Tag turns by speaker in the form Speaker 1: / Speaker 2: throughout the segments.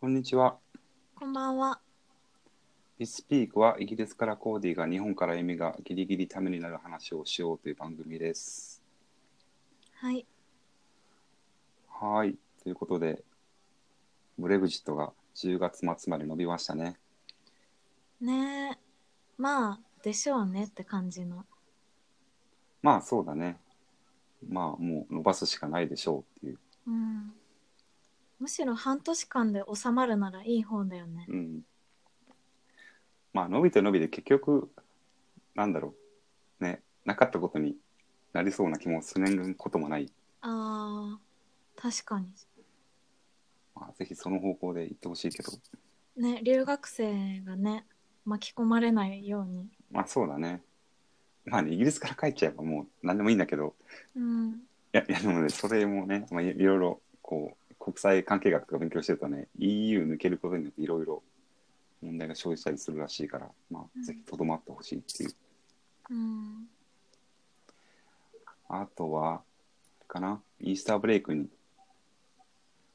Speaker 1: こんにちは。
Speaker 2: こんばんは。
Speaker 1: リスピークはイギリスからコーディが日本からエミがギリギリためになる話をしようという番組です。
Speaker 2: はい。
Speaker 1: はい。ということで、ブレグジットが10月末まで伸びましたね。
Speaker 2: ねえ。まあ、でしょうねって感じの。
Speaker 1: まあそうだね。まあもう伸ばすしかないでしょうっていう。
Speaker 2: うん。むしろ半年間で収まるならいい方だよね。
Speaker 1: うん。まあ伸びて伸びて結局、なんだろう。ね、なかったことになりそうな気もすることもない。
Speaker 2: あー、確かに。
Speaker 1: まあぜひその方向で行ってほしいけど。
Speaker 2: ね、留学生がね、巻き込まれないように。
Speaker 1: まあそうだね。まあね、イギリスから帰っちゃえばもう何でもいいんだけど、
Speaker 2: うん。
Speaker 1: いや、いやでもね、それもね、まあ、いいろいろ、こう、国際関係学とか勉強してるとね、EU 抜けることによっていろいろ問題が生じたりするらしいから、ま
Speaker 2: う
Speaker 1: あ、
Speaker 2: ん
Speaker 1: ぜひとどまってほしいっていう。
Speaker 2: うん。
Speaker 1: あとは、かな、イースターブレイクに、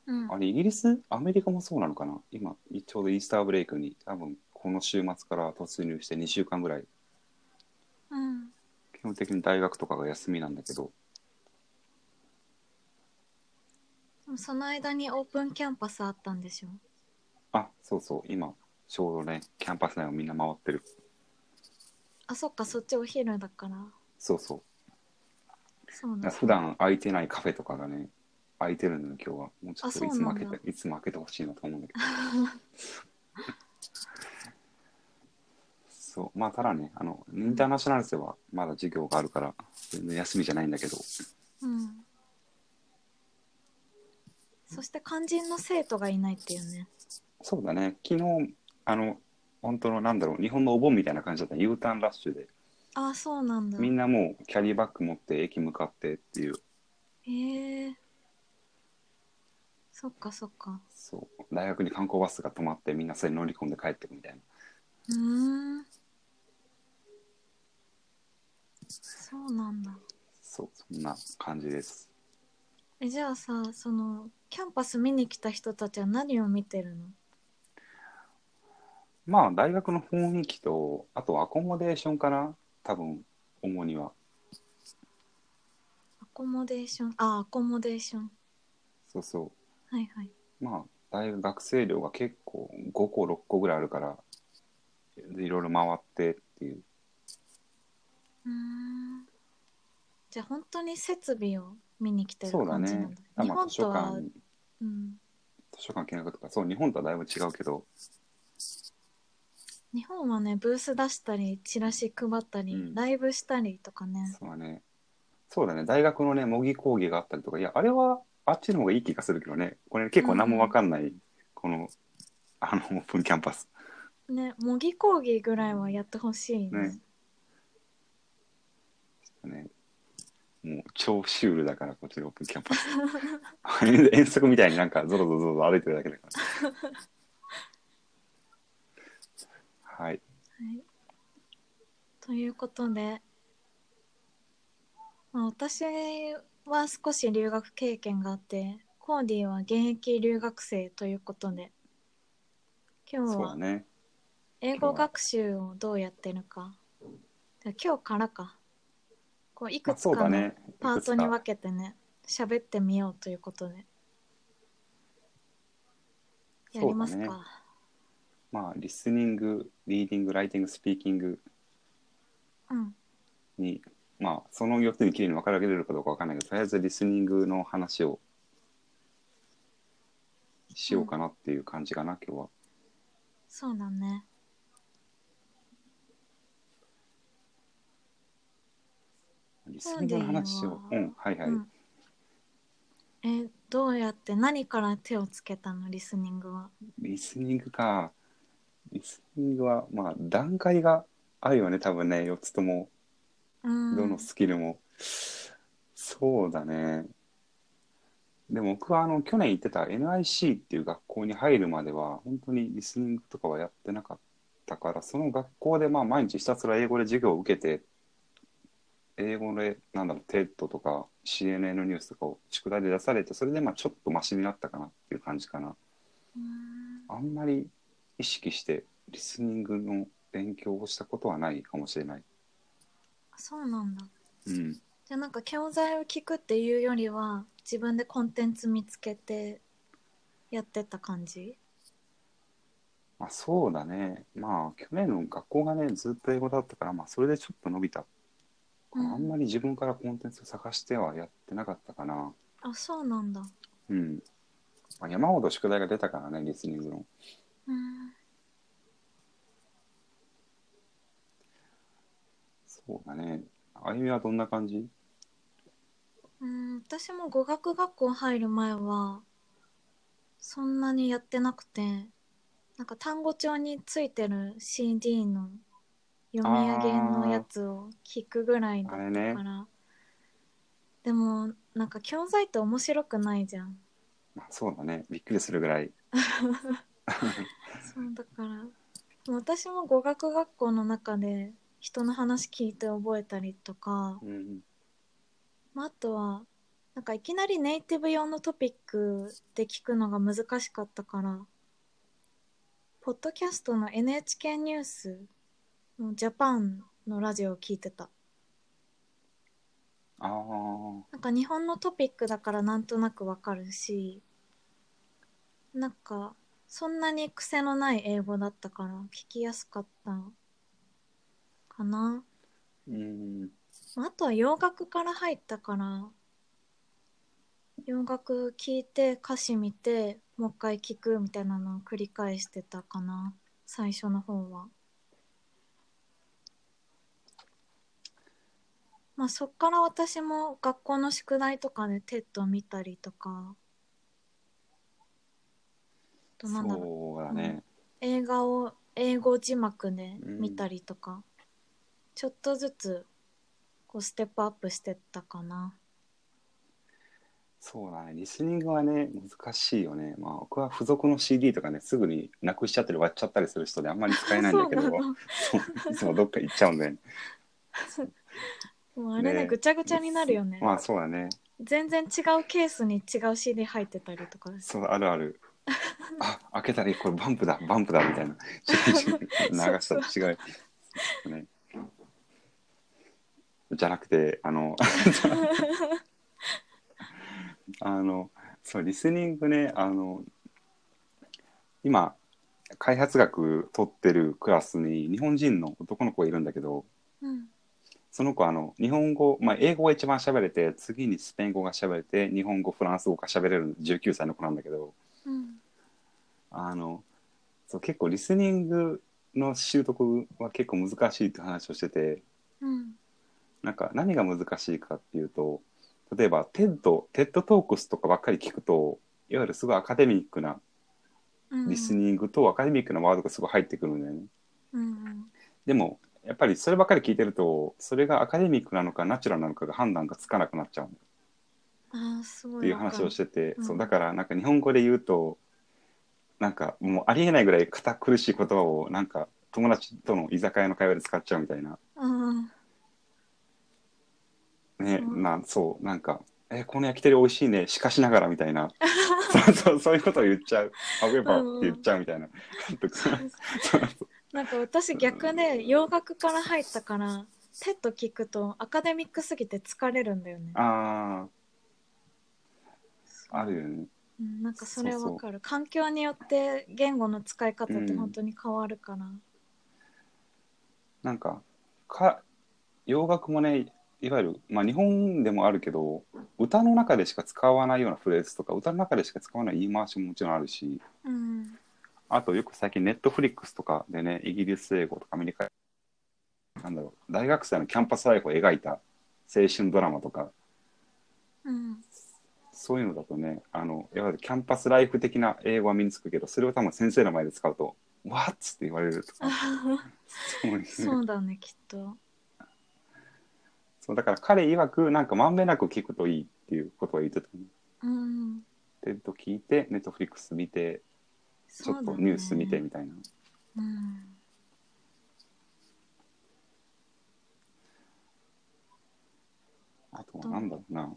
Speaker 2: うん
Speaker 1: あ。れ、イギリスアメリカもそうなのかな今、ちょうどイースターブレイクに、多分、この週末から突入して2週間ぐらい、
Speaker 2: うん。
Speaker 1: 基本的に大学とかが休みなんだけど、
Speaker 2: でもその間にオープンキャンパスあったんでしょ
Speaker 1: あ、そうそう、今、ちょうどね、キャンパス内をみんな回ってる。
Speaker 2: あ、そっか、そっちお昼だから。
Speaker 1: そうそう。
Speaker 2: そう
Speaker 1: だ
Speaker 2: だ
Speaker 1: から。普段空いてないカフェとかがね空いてるのよ今日はもうちょ
Speaker 2: あ
Speaker 1: っ
Speaker 2: そ
Speaker 1: と
Speaker 2: う
Speaker 1: いつも
Speaker 2: なん
Speaker 1: 開
Speaker 2: だ
Speaker 1: けていつも開けてほしいなと思うんだ けどそうまあただねあのインターナショナルズはまだ授業があるから全然休みじゃないんだけど
Speaker 2: うん。そして肝心の生徒がいないっていうね。
Speaker 1: そうだね昨日あの本当のなんだろう日本のお盆みたいな感じだったね U ターンラッシュで
Speaker 2: ああ、そうなんだ。
Speaker 1: みんなもうキャリーバッグ持って駅向かってっていう
Speaker 2: へえ。そっかそっか。
Speaker 1: そう大学に観光バスが止まってみんなそれに乗り込んで帰ってくみたいな
Speaker 2: うーん。そうなんだ。
Speaker 1: そうそんな感じです
Speaker 2: え、じゃあさ、その、キャンパス見に来た人たちは何を見てるの
Speaker 1: まあ大学の雰囲気とあとアコモデーションかな多分主には
Speaker 2: アコモデーション。あ、アコモデーション。
Speaker 1: そうそ
Speaker 2: はいはい。
Speaker 1: うまあ大学学生寮が結構5個6個ぐらいあるからいろいろ回ってっていう
Speaker 2: うーん。じゃあ本当に設備を見に来てる
Speaker 1: そうだ
Speaker 2: 感じな
Speaker 1: ね
Speaker 2: んだ。
Speaker 1: ま
Speaker 2: 日
Speaker 1: あ
Speaker 2: 本
Speaker 1: 図書
Speaker 2: とは
Speaker 1: 館、図
Speaker 2: うん。
Speaker 1: 書館見学とかそう日本とはだいぶ違うけど
Speaker 2: 日本はねブース出したりチラシ配ったり、
Speaker 1: うん
Speaker 2: ライブしたりとかね
Speaker 1: そうだねそうだね大学のね模擬講義があったりとかいやあれはあっちの方がいい気がするけどねこれ結構何も分かんない、このあのオープンキャンパス
Speaker 2: ね模擬講義ぐらいはやってほしいね
Speaker 1: ねね、もう超シュールだからこっちのオープンキャンパス あれ遠足みたいになんかゾロゾロゾロ歩いてるだけだからはい
Speaker 2: はい、ということで、まあ、私は少し留学経験があってコーディは現役留学生ということで今日
Speaker 1: そうだ
Speaker 2: は
Speaker 1: ね
Speaker 2: 英語学習をどうやってるかじゃあ今日からかこうい
Speaker 1: ま
Speaker 2: く
Speaker 1: あ
Speaker 2: つ
Speaker 1: そう
Speaker 2: か
Speaker 1: だ
Speaker 2: の
Speaker 1: ね
Speaker 2: パートに
Speaker 1: いく
Speaker 2: 分
Speaker 1: つか
Speaker 2: けてね喋ってみようということでやります
Speaker 1: そうだ
Speaker 2: か
Speaker 1: まあリスニングリーディングライティングスピーキング
Speaker 2: う,、
Speaker 1: にまあその4つにきれいに分かれるかどうかわかんないけどとりあえずリスニングの話をしようかなっていう感じかな、今日は
Speaker 2: んそうだね
Speaker 1: リスニングの話を
Speaker 2: そう
Speaker 1: う
Speaker 2: だよ
Speaker 1: んはいはい、
Speaker 2: うんえどうやって何から手をつけたのリスニングは
Speaker 1: リスニングか。リスニングは、まあ、段階があるよね、多分ね、4つとも、
Speaker 2: うん
Speaker 1: どのスキルも。そうだね。でも僕はあの去年行ってた NIC っていう学校に入るまでは本当にリスニングとかはやってなかったからその学校でまあ毎日ひたすら英語で授業を受けて英語でなんだろう TED とか CNN ニュースとかを宿題で出されてそれでまあちょっとマシになったかなっていう感じかな。
Speaker 2: うん
Speaker 1: あんまり意識してリスニングの勉強をしたことはないかもしれない。
Speaker 2: そうなんだ
Speaker 1: うん、
Speaker 2: じゃあなんか教材を聞くっていうよりは自分でコンテンツ見つけてやってった感じ
Speaker 1: まあ、そうだね。まあ、去年の学校がね、ずっと英語だったから、まあ、それでちょっと伸びた。あんまり自分からコンテンツを探してはやってなかったかな。
Speaker 2: あそうなんだ
Speaker 1: うん。まあ、山ほど宿題が出たからね、リスニングの。
Speaker 2: うん
Speaker 1: そうだね。あゆみはどんな感じ
Speaker 2: うん私も語学学校入る前はそんなにやってなくてなんか単語帳についてる CD の読み上げのやつを聞くぐらいだった
Speaker 1: あ
Speaker 2: か
Speaker 1: れね
Speaker 2: ら、でもなんか教材って面白くないじゃん
Speaker 1: まあ、そうだね。びっくりするぐらい。
Speaker 2: そうだからもう私も語学学校の中で人の話聞いて覚えたりとか、
Speaker 1: うん。
Speaker 2: まあ、あとはなんかいきなりネイティブ用のトピックで聞くのが難しかったからポッドキャストの NHK ニュースのジャパンのラジオを聞いてた
Speaker 1: ああ。
Speaker 2: なんか日本のトピックだからなんとなくわかるしなんかそんなに癖のない英語だったから聞きやすかったかな、
Speaker 1: うん。
Speaker 2: まあ、あとは洋楽から入ったから洋楽聴いて歌詞見てもう一回聴くみたいなのを繰り返してたかな最初の方はまあそっから私も学校の宿題とかでテッド見たりとかあとなんだろう
Speaker 1: そうだね。
Speaker 2: 映画を英語字幕で見たりとか、ちょっとずつこうステップアップしてったかな
Speaker 1: そうだね。リスニングはね、難しいよね。まあ、僕は付属の CD とかね、すぐになくしちゃったり割っちゃったりする人であんまり使えないんだけど、
Speaker 2: そうなの
Speaker 1: そういつもどっか行っちゃうんだよね。
Speaker 2: もうあれね
Speaker 1: ね
Speaker 2: ぐちゃぐちゃになるよね、
Speaker 1: まあ、そうだね。
Speaker 2: 全然違うケースに違う CD 入ってたりとか
Speaker 1: そう、あるある。あ、開けたらこれバンプだ、バンプだみたいな。流したら違う。ね。じゃなくて、あの、 あの、そう、リスニングね、あの、今、開発学取ってるクラスに日本人の男の子がいるんだけど、
Speaker 2: うん
Speaker 1: その子はあの日本語、まあ、英語が一番喋れて次にスペイン語が喋れて日本語フランス語が喋れる19歳の子なんだけど
Speaker 2: うん
Speaker 1: あのそう結構リスニングの習得は結構難しいって話をしてて
Speaker 2: うん
Speaker 1: なんか何が難しいかっていうと例えば TED, TED トークスとかばっかり聞くといわゆるすごいアカデミックな
Speaker 2: うん
Speaker 1: リスニングとアカデミックなワードがすごい入ってくるんだよね。
Speaker 2: うん
Speaker 1: でもやっぱりそればっかり聞いてるとそれがアカデミックなのかナチュラルなのかが判断がつかなくなっちゃう
Speaker 2: ああすごい
Speaker 1: っていう話をしててて、
Speaker 2: うん
Speaker 1: そうだからなんか日本語で言うとなんかもうありえないぐらい堅苦しい言葉をなんか友達との居酒屋の会話で使っちゃうみたいな
Speaker 2: うん
Speaker 1: ね、
Speaker 2: そう
Speaker 1: なそうなんか「えこの焼き鳥美味しいねしかしながら」みたいなそうそうそういうことを言っちゃう「あウェバー」って言っちゃうみたいな。 とかそうそう
Speaker 2: なんか私逆で洋楽から入ったからテッド聞くとアカデミックすぎて疲れるんだよね
Speaker 1: あああるよね。
Speaker 2: うんなんかそれわかる環境によって言語の使い方って本当に変わるから、
Speaker 1: なんかか洋楽もねいわゆる、まあ、日本でもあるけど歌の中でしか使わないようなフレーズとか歌の中でしか使わない言い回しももちろんあるし
Speaker 2: うん
Speaker 1: あとよく最近ネットフリックスとかでねイギリス英語とかアメリカなんだろう大学生のキャンパスライフを描いた青春ドラマとか
Speaker 2: うん
Speaker 1: そういうのだとねあのいわゆるキャンパスライフ的な英語は身につくけどそれを多分先生の前で使うと「わっ!」って言われる とかそういうね
Speaker 2: そうだねきっと
Speaker 1: そうだから彼曰くなんかまんべんなく聞くといいっていうことを言ってたね
Speaker 2: うん
Speaker 1: テッド聞いて、ネットフリックス見て、ち
Speaker 2: そ
Speaker 1: ょ
Speaker 2: う
Speaker 1: っ
Speaker 2: だ
Speaker 1: と
Speaker 2: ね
Speaker 1: ニュース見てみたいな。
Speaker 2: うん
Speaker 1: あとはなんだろうな。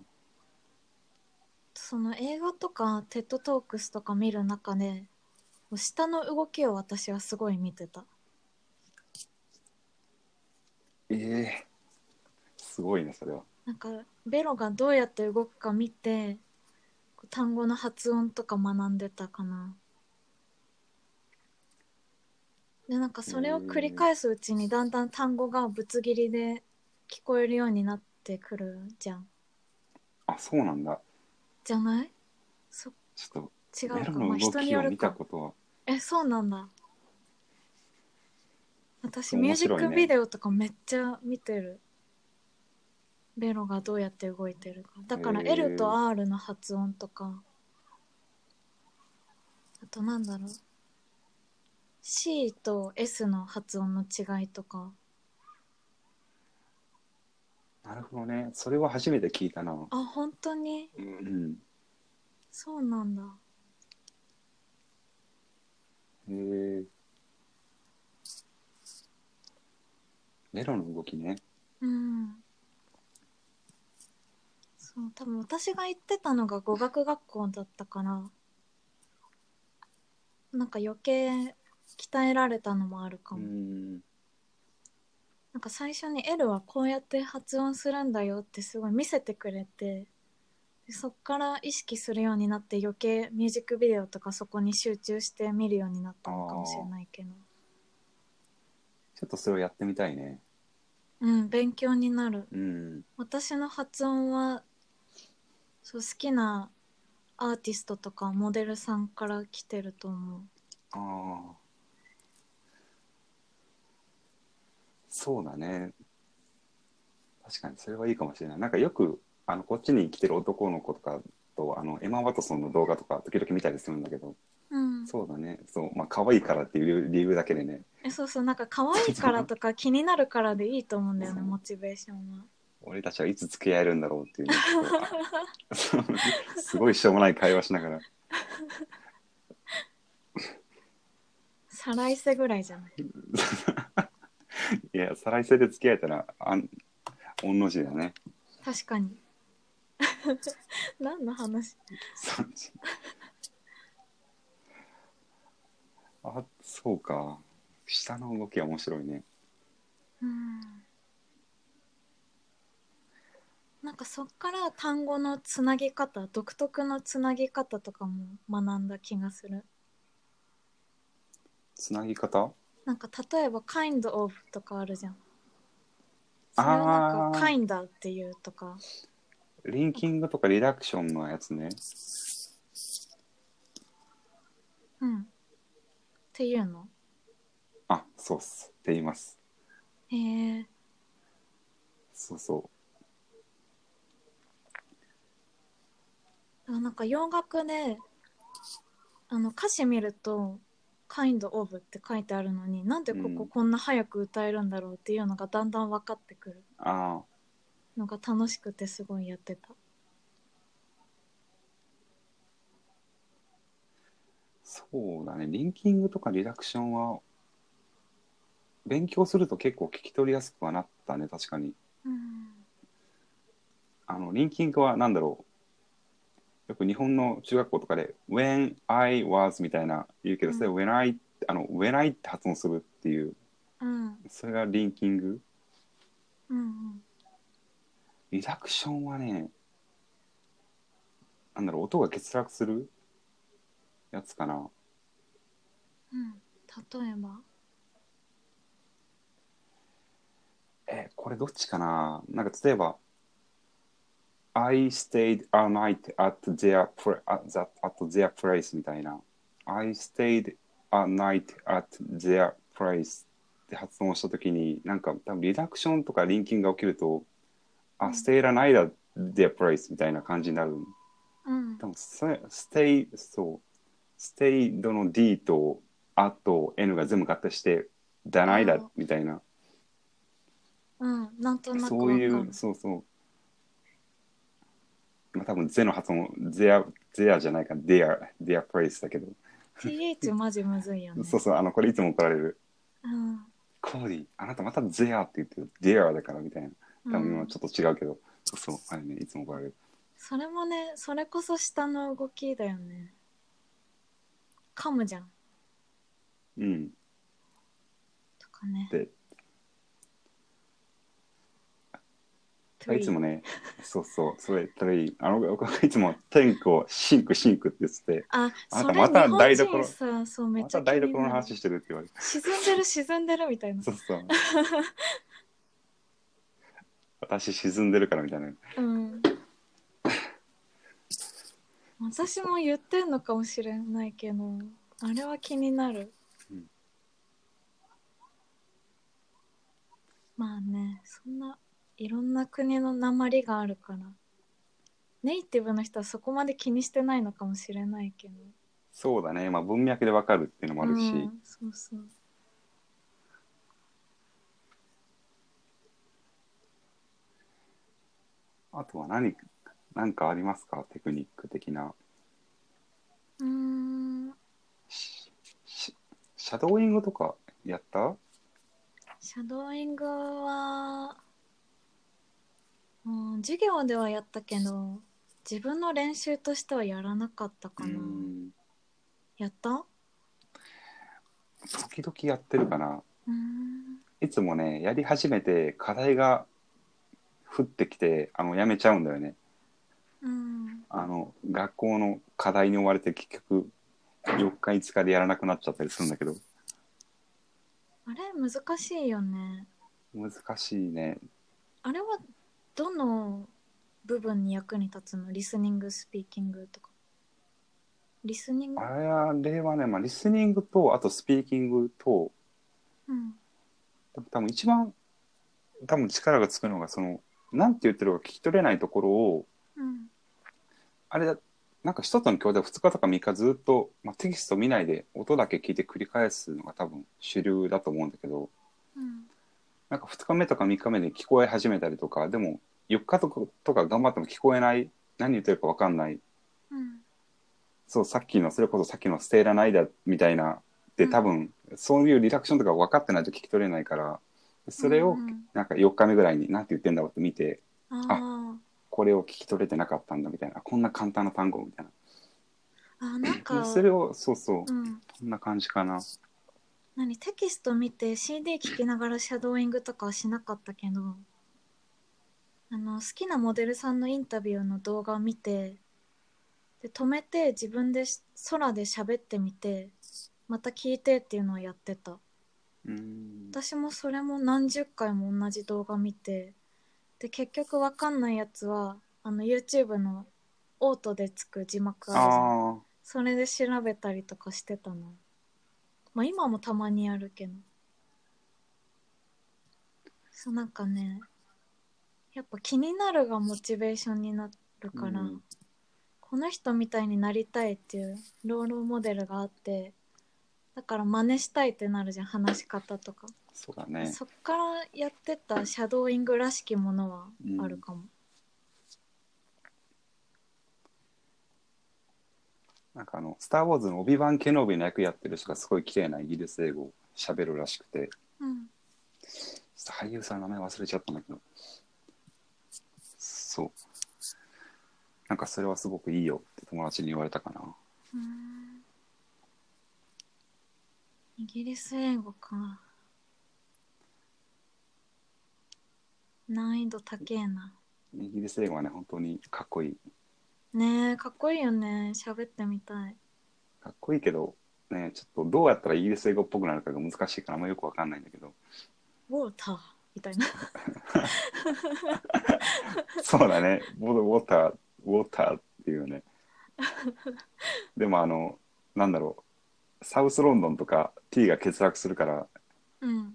Speaker 2: その映画とかテッドトークスとか見る中で下の動きを私はすごい見てた
Speaker 1: ええすごいね、それは。
Speaker 2: なんかベロがどうやって動くか見てこう単語の発音とか学んでたかなでなんかそれを繰り返すうちにだんだん単語がぶつ切りで聞こえるようになってくるじゃん
Speaker 1: あ、そうなんだ。
Speaker 2: じゃないそ
Speaker 1: ちょっ
Speaker 2: 違
Speaker 1: と、ベロ
Speaker 2: うか
Speaker 1: の
Speaker 2: まあ人
Speaker 1: 動
Speaker 2: に
Speaker 1: き
Speaker 2: よ
Speaker 1: を
Speaker 2: る
Speaker 1: 見た
Speaker 2: か
Speaker 1: ことは。
Speaker 2: えそうなんだ私、ミュー
Speaker 1: 面
Speaker 2: ジ
Speaker 1: 白いね
Speaker 2: ックビデオとかめっちゃ見てるベロがどうやって動いてるかだから
Speaker 1: へー
Speaker 2: L と R の発音とかあとなんだろう C と S の発音の違いとか
Speaker 1: なるほどね。それは初めて聞いたな。
Speaker 2: あ本当に
Speaker 1: うん。
Speaker 2: そうなんだ
Speaker 1: ええベロの動きね。
Speaker 2: うんそう多分私が行ってたのが語学学校だったからなんか余計鍛えられたのもあるか
Speaker 1: う
Speaker 2: も、
Speaker 1: ん。
Speaker 2: なんか最初に L はこうやって発音するんだよってすごい見せてくれてでそっから意識するようになって余計ミュージックビデオとかそこに集中して見るようになったのかもしれないけど
Speaker 1: ちょっとそれをやってみたいね。
Speaker 2: うん勉強になる
Speaker 1: うん。
Speaker 2: 私の発音はそう好きなアーティストとかモデルさんから来てると思う
Speaker 1: ああ。そうだね。確かにそれはいいかもしれない。なんかよく、あの、こっちに来てる男の子とかと、あの、エマ・ワトソンの動画とか時々見たりするんだけど、
Speaker 2: うん
Speaker 1: そうだね。そう、まあ、可愛いからっていう理由だけでね、
Speaker 2: えそうそうなんか可愛いからと か気になるからでいいと思うんだよね
Speaker 1: そう
Speaker 2: モチベーションは
Speaker 1: 俺たちはいつ付き合えるんだろうって いうね、ちょっとすごいしょうもない会話しながら。
Speaker 2: 再来世ぐらいじゃない
Speaker 1: いや、再来世で付き合えたら、あん、御の字だね。
Speaker 2: 確かに 何の話
Speaker 1: そう あ、そうか。下の動きは面白いね。
Speaker 2: うんなんかそっから単語のつなぎ方独特のつなぎ方とかも学んだ気がする
Speaker 1: つなぎ方
Speaker 2: なんか例えば「kind of」とかあるじゃん。そ
Speaker 1: あー
Speaker 2: れをなんか「kind」っていうとか
Speaker 1: リンキングとかリダクションのやつね。
Speaker 2: うんっていうの
Speaker 1: あ、そうっす。って言います。
Speaker 2: へえ
Speaker 1: そうそ
Speaker 2: なんか洋楽であの歌詞見ると「kind of」って書いてあるのになんでこ
Speaker 1: う
Speaker 2: こ
Speaker 1: ん
Speaker 2: こんな早く歌えるんだろうっていうのがだんだん分かってくる
Speaker 1: う。あ
Speaker 2: のが楽しくてすごいやってた
Speaker 1: あ、そうだね。リンキングとかリダクションは、勉強すると結構聞き取りやすくはなったね。確かに。
Speaker 2: うん
Speaker 1: あの、リンキングは何だろう。よく日本の中学校とかで、when I was みたいな言うけど、それ when I、あの、when I って発音するっていう、
Speaker 2: うん
Speaker 1: それがリンキング。
Speaker 2: うん
Speaker 1: リダクションはね、なんだろう、音が欠落するやつかな。
Speaker 2: うん例えば
Speaker 1: え、これどっちかななんか例えば、I stayed a night at their, pla- at that- at their place みたいな。I stayed a night at their place って発音したときに、なんか多分リダクションとかリンキングが起きると、あ、stayed a night at their place みたいな感じになる。
Speaker 2: うん
Speaker 1: 多分せステイ、そう、ステイドの D と、あと N が全部合体して、ダナイだ
Speaker 2: あー
Speaker 1: みたいな、
Speaker 2: うんなんとなく
Speaker 1: そう
Speaker 2: 分
Speaker 1: い
Speaker 2: かる
Speaker 1: う、そうそう。まあ多分ゼの発音、ゼア、ゼアじゃないか、デア、デアプレイスだけど。
Speaker 2: TH マジむずいよ ね
Speaker 1: そうそう、あの、これいつも怒られる。
Speaker 2: うん
Speaker 1: コーディ、あなたまたゼアって言ってる、デアだからみたいな。多分今ちょっと違うけど、そうそう、あれね、いつも怒られる。
Speaker 2: それもねそれこそ下の動きだよね噛むじゃん
Speaker 1: うん。
Speaker 2: とかね。
Speaker 1: で、あいつもね、そうそう、それ、トレイ、あの、僕はいつもトリンクをシンクシンクって言ってて、
Speaker 2: あ、
Speaker 1: あな
Speaker 2: そ
Speaker 1: た
Speaker 2: れ
Speaker 1: また
Speaker 2: 日本
Speaker 1: 台所
Speaker 2: 人さ、そうめっ
Speaker 1: ま
Speaker 2: ちゃ
Speaker 1: た
Speaker 2: 気
Speaker 1: 台
Speaker 2: になる
Speaker 1: 所の話してるって言われて、
Speaker 2: 沈んでる沈んでるみたいな
Speaker 1: そ。う そう。私沈んでるからみたいな。
Speaker 2: うん。私も言ってんのかもしれないけど、あれは気になる。
Speaker 1: うん
Speaker 2: まあね、そんないろんな国の鉛があるから、ネイティブの人はそこまで気にしてないのかもしれないけど。
Speaker 1: そうだね、まあ文脈でわかるっていうのもあるし、
Speaker 2: うん、そうそう。
Speaker 1: あとは何、何かありますかテクニック的な。
Speaker 2: うーん、
Speaker 1: ししシャドーイングとかやった
Speaker 2: シャドーイングは、うん、授業ではやったけど、自分の練習としてはやらなかったか
Speaker 1: う
Speaker 2: な。
Speaker 1: ん。
Speaker 2: やった
Speaker 1: 時々やってるかな。
Speaker 2: うん。
Speaker 1: いつもね、やり始めて課題が降ってきて、あの、やめちゃうんだよね。
Speaker 2: うん。
Speaker 1: あの、学校の課題に追われて結局、4日5日でやらなくなっちゃったりするんだけど、
Speaker 2: あれ、難しいよね。
Speaker 1: 難しいね。
Speaker 2: あれは、どの部分に役に立つのリスニング、スピーキングとか。リスニング
Speaker 1: あれはね、まあ、リスニングと、あとスピーキングと、
Speaker 2: うん。
Speaker 1: 多分一番、多分力がつくのが、その、なんて言ってるか聞き取れないところを、
Speaker 2: うん。
Speaker 1: あれだ、なんか一つの教材を2日とか3日ずっと、まあ、テキスト見ないで音だけ聞いて繰り返すのが多分主流だと思うんだけど、
Speaker 2: うん。
Speaker 1: なんか2日目とか3日目で聞こえ始めたりとか、でも4日とかとか頑張っても聞こえない、何言ってるか分かんない、
Speaker 2: うん。
Speaker 1: そう、さっきの、それこそさっきのステーラナイダみたいな、で、
Speaker 2: うん
Speaker 1: 多分、そういうリダクションとか分かってないと聞き取れないから、それを
Speaker 2: うんうん、
Speaker 1: なんか4日目ぐらいに、なんて言ってんだろうって見て、
Speaker 2: あ
Speaker 1: これを聞き取れてなかったんだみたいな、こんな簡単な単語みたい
Speaker 2: あ。あ、なん
Speaker 1: な。
Speaker 2: か、
Speaker 1: それを、そうそう、こ
Speaker 2: うん。
Speaker 1: んな感じかな。
Speaker 2: 何テキスト見て CD 聴きながらシャドーイングとかはしなかったけどあの好きなモデルさんのインタビューの動画を見てで止めて自分でし空で喋ってみてまた聞いてっていうのをやってた
Speaker 1: うん。
Speaker 2: 私もそれも何十回も同じ動画見てで結局わかんないやつはあの YouTube のオートでつく字幕あるじゃん
Speaker 1: ああ、
Speaker 2: それで調べたりとかしてたな。まあ今もたまにやるけど。そうなんかね、やっぱ気になるがモチベーションになるから、
Speaker 1: うん
Speaker 2: この人みたいになりたいっていうロールモデルがあって、だから真似したいってなるじゃん、話し方とか。
Speaker 1: そうだね。
Speaker 2: そっからやってったシャドーイングらしきものはあるかも。
Speaker 1: なんかあの、スター・ウォーズのオビワン・ケノービの役やってる人がすごい綺麗なイギリス英語を喋るらしくて、
Speaker 2: うん。
Speaker 1: ちょっと俳優さんの名前忘れちゃったんだけど、そう。なんかそれはすごくいいよって友達に言われたかな。
Speaker 2: うーんイギリス英語か難易度高えな
Speaker 1: イギリス英語はね、本当にかっこいい。
Speaker 2: ねえかっこいいよね喋ってみたい
Speaker 1: かっこいいけど、ね、ちょっとどうやったらイギリス英語っぽくなるかが難しいからあんまよくわかんないんだけど、
Speaker 2: ウォーターみたいな
Speaker 1: そうだね、ボードウォーター、ウォーターっていう ね。でもあの、なんだろう、サウスロンドンとか T が欠落するから、
Speaker 2: うん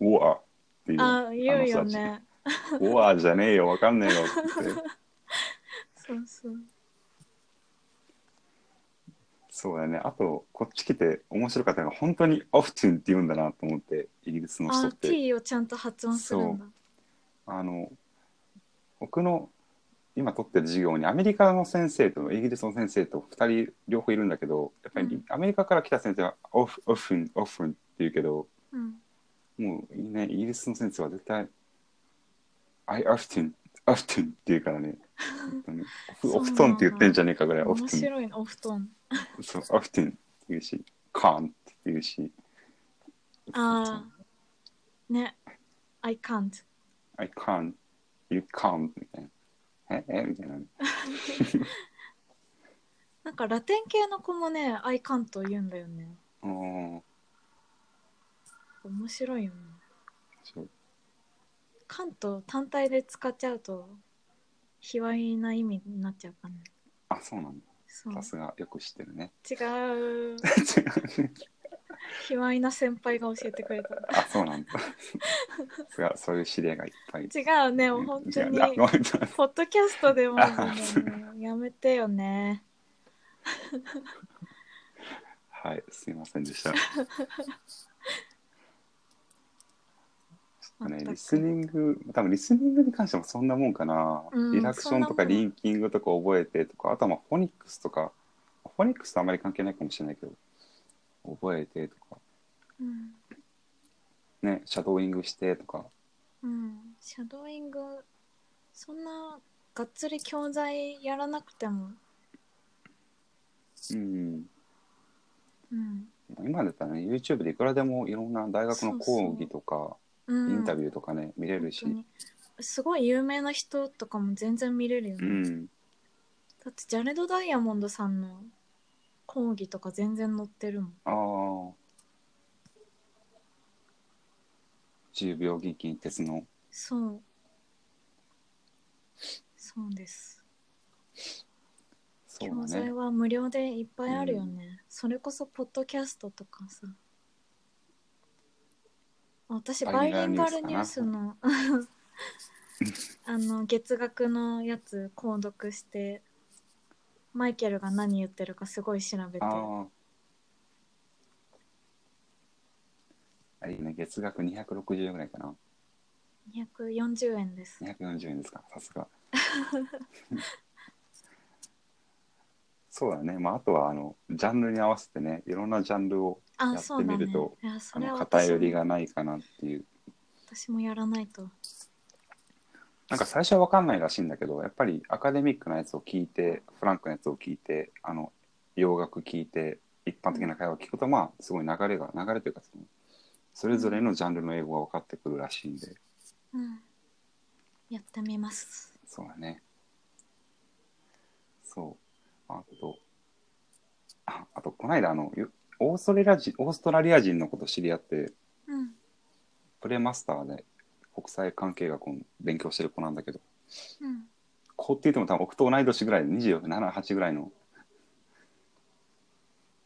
Speaker 1: ウォアっていう。
Speaker 2: あ言うよ
Speaker 1: あの
Speaker 2: ね
Speaker 1: 人たち。ウォアじゃねえよ、わかんねえよって。
Speaker 2: そうそう
Speaker 1: そうだね。あと、こっち来て面白かったのが、本当にオフティンって言うんだなと思って、イギリスの人
Speaker 2: あ
Speaker 1: って。
Speaker 2: T をちゃんと発音するんだ
Speaker 1: あの、僕の今取ってる授業にアメリカの先生とイギリスの先生と2人両方いるんだけど、やっぱ
Speaker 2: う
Speaker 1: り
Speaker 2: ん
Speaker 1: アメリカから来た先生はオフ、オフン、オフンって言うけど、
Speaker 2: うん
Speaker 1: もうね、イギリスの先生は絶対、I often, often って言うからね、本当 に
Speaker 2: そう
Speaker 1: オ
Speaker 2: なんだ
Speaker 1: フトンって言ってんじゃねえかぐらい、オフ
Speaker 2: 面
Speaker 1: トン、
Speaker 2: 白いねお布団
Speaker 1: そう、オフトンって言うし、カーンって言うし、
Speaker 2: ああ。ね。I can't.
Speaker 1: I can't, you can't みたいな。ええみたいな。
Speaker 2: なんかラテン系の子もね、I can't と言うんだよね。
Speaker 1: うん。
Speaker 2: 面白いよね。
Speaker 1: そう。
Speaker 2: カント単体で使っちゃうと、卑猥な意味になっちゃうかな。
Speaker 1: あ、そうなん
Speaker 2: そう
Speaker 1: だ。さすがよく知ってるね。
Speaker 2: 違う。
Speaker 1: 違うね
Speaker 2: 卑猥な先輩が教えてくれた。
Speaker 1: あ、そうなんだ。さすがそういう知り合いがいっぱい。
Speaker 2: 違うね、もう本当
Speaker 1: い
Speaker 2: に
Speaker 1: や。あごめんなさい
Speaker 2: ポッドキャスト でも、ね
Speaker 1: あそ、
Speaker 2: やめてよね。
Speaker 1: はい、すいませんで した。ちょっとね、
Speaker 2: 全く
Speaker 1: リスニング、多分リスニングに関してもそんなもんかな。
Speaker 2: うん
Speaker 1: リダクションとか
Speaker 2: そんなもん
Speaker 1: リンキングとか覚えてとか、あとはまあフォニックスとか、フォニックスとあまり関係ないかもしれないけど、覚えてとか、
Speaker 2: うん。
Speaker 1: ね、シャドーイングしてとか、
Speaker 2: うん。シャドーイング、そんな、がっつり教材やらなくても、
Speaker 1: うん、
Speaker 2: うん。
Speaker 1: 今だったらね、YouTube でいくらでもいろんな大学の講義とか、
Speaker 2: うん、
Speaker 1: インタビューとかね、見れるし、
Speaker 2: 本当にすごい有名な人とかも全然見れるよね、
Speaker 1: うん、
Speaker 2: だってジャレド・ダイヤモンドさんの講義とか全然載ってるも
Speaker 1: ああ。
Speaker 2: ん
Speaker 1: 10秒銀金鉄の。
Speaker 2: そうそうです、
Speaker 1: そう
Speaker 2: 教
Speaker 1: だ
Speaker 2: 材
Speaker 1: ね。
Speaker 2: は無料でいっぱいあるよね、それこそポッドキャストとかさ私バ
Speaker 1: バイ
Speaker 2: イ
Speaker 1: リ
Speaker 2: リン
Speaker 1: ン
Speaker 2: ガ
Speaker 1: ガ
Speaker 2: ル
Speaker 1: ル
Speaker 2: ニ
Speaker 1: ニ
Speaker 2: ュ
Speaker 1: ュ
Speaker 2: ー
Speaker 1: ー
Speaker 2: ス
Speaker 1: ス
Speaker 2: のあの月額のやつ購読してマイケルが何言ってるかすごい調べて
Speaker 1: ああ。あれね、月額260円ぐらいかな。
Speaker 2: 240円です。
Speaker 1: 240円ですか、さ すが。そうだね。まあ、あとは、あの、ジャンルに合わせてね、いろんなジャンルを、
Speaker 2: あ、
Speaker 1: やって
Speaker 2: そうだね
Speaker 1: みると。
Speaker 2: いや、そ
Speaker 1: あ
Speaker 2: れは
Speaker 1: の、
Speaker 2: 私
Speaker 1: 偏り
Speaker 2: も
Speaker 1: がないかなっていう。
Speaker 2: 私もやらないと。
Speaker 1: なんか最初は分かんないらしいんだけどやっぱりアカデミックなやつを聞いてフランクなやつを聞いてあの洋楽聞いて一般的な会話を聞くと、まあすごい流れが流れというかそのそれぞれのジャンルの英語が分かってくるらしいんで
Speaker 2: うん。やってみます。
Speaker 1: そうだねそうあとああとこの間あのよオーストラリア人オーストラリア人のこと知り合って
Speaker 2: うん。
Speaker 1: プレマスターで国際関係学を勉強してる子なんだけど
Speaker 2: うん。
Speaker 1: 子って言っても多分僕と同い年ぐらいで278ぐらいの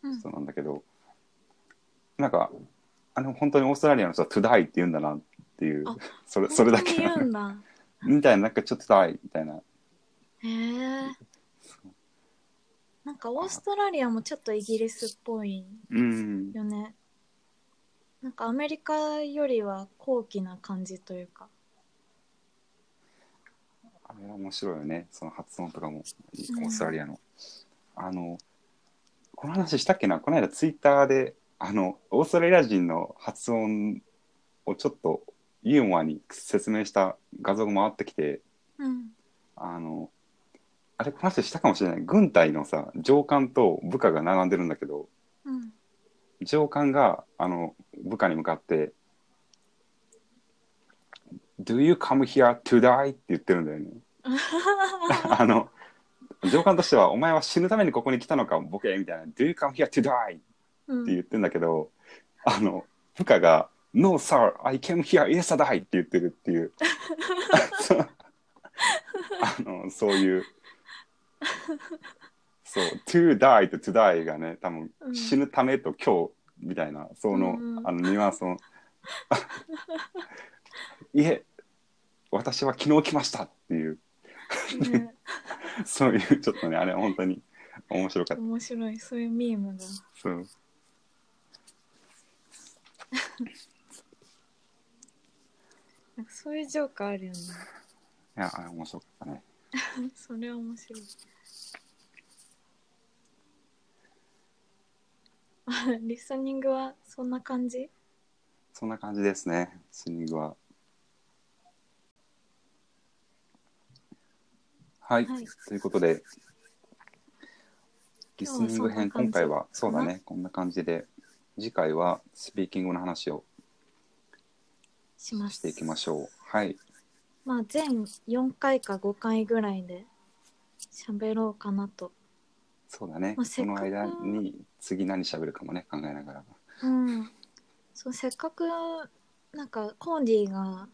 Speaker 2: うん
Speaker 1: そ。うなんだけど、なんか、あの、本当にオーストラリアの人はトゥダイって言うんだなっていう
Speaker 2: あ、
Speaker 1: それ、それだ
Speaker 2: 本当
Speaker 1: け
Speaker 2: に
Speaker 1: な
Speaker 2: 言うん
Speaker 1: み
Speaker 2: だ。
Speaker 1: たいな、なんかちょっとダイみたいな。
Speaker 2: へえ。
Speaker 1: そう
Speaker 2: なんかオーストラリアもちょっとイギリスっぽい
Speaker 1: うん。
Speaker 2: よね。なんかアメリカよりは高貴な感じというか。
Speaker 1: あれは面白いよね、その発音とかも、
Speaker 2: うん
Speaker 1: オーストラリアの。あの、この話したっけな、この間ツイッターで、あの、オーストラリア人の発音をちょっとユーモアに説明した画像が回ってきて、
Speaker 2: うん。
Speaker 1: あの、あれ、この話したかもしれない。軍隊のさ、上官と部下が並んでるんだけど、
Speaker 2: うん。
Speaker 1: 上官が、あの、部下に向かって、Do you come here to die? って言ってるんだよね。あの、上官としては、お前は死ぬためにここに来たのか、ボケみたいな、Do you come here to die? って
Speaker 2: うん
Speaker 1: 言ってんだけど、あの、部下が、No, sir, I came here yesterday って言ってるっていう。そうあの、そういう。そう、to die と to die がね、多分、
Speaker 2: うん
Speaker 1: 死ぬためと今日みたいな、その、
Speaker 2: うん
Speaker 1: あの、ニュアンスの。 いえ、私は昨日来ましたっていう、
Speaker 2: ね、
Speaker 1: そういう、ちょっとね、あれ、本当に面白かった。
Speaker 2: 面白い。そういうミームが。
Speaker 1: そう。
Speaker 2: なんかそういうジョークあるよね。
Speaker 1: いや、あれ、面白かったね。
Speaker 2: それは面白い。 リスニングはそんな感じ
Speaker 1: そんな感じですね、スニングは。はい、
Speaker 2: はい
Speaker 1: ということで、リス
Speaker 2: 今日は
Speaker 1: ニング編、
Speaker 2: そんな感じ
Speaker 1: 今回は、
Speaker 2: か
Speaker 1: そう
Speaker 2: な
Speaker 1: だね、こんな感じで、次回はスピーキングの話を
Speaker 2: しま
Speaker 1: し
Speaker 2: す
Speaker 1: ていきましょう。はい。
Speaker 2: まあ全4回か5回ぐらいで喋ろうかなと
Speaker 1: そうだね。
Speaker 2: まあせ
Speaker 1: そ
Speaker 2: っか
Speaker 1: の
Speaker 2: く
Speaker 1: 間に次何喋るかもね、考えながら。
Speaker 2: うん、そうせっかくなんかコンディが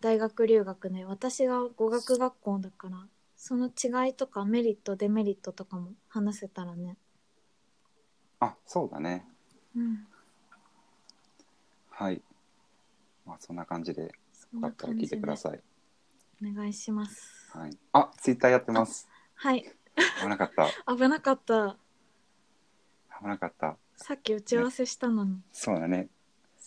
Speaker 2: 大学留学で私が語学学校だからその違いとかメリットデメリットとかも話せたらね、
Speaker 1: あ、そうだね。
Speaker 2: うん、
Speaker 1: はい。まあ、そんな感じで、よ
Speaker 2: そん
Speaker 1: か
Speaker 2: な
Speaker 1: ったら
Speaker 2: 感
Speaker 1: 聞い
Speaker 2: じ
Speaker 1: て
Speaker 2: で
Speaker 1: ください。
Speaker 2: お願いします
Speaker 1: はい。あ、ツイッターやってます。
Speaker 2: はい
Speaker 1: 危なかった。
Speaker 2: 危なかった
Speaker 1: 危なかった。
Speaker 2: さっき打ち合わせしたのに、
Speaker 1: そうだね。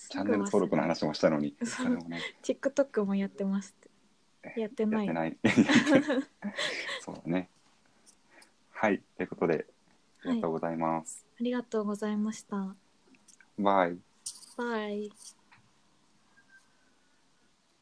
Speaker 1: チャンネル登録の話もしたのに。
Speaker 2: そう
Speaker 1: あのね
Speaker 2: TikTok もやってますってやって
Speaker 1: や
Speaker 2: な
Speaker 1: っ
Speaker 2: い
Speaker 1: てない。 そうだね。はい。ということで、ありがとう
Speaker 2: はい、
Speaker 1: ございます。
Speaker 2: ありがとうございました
Speaker 1: バイ。
Speaker 2: バイ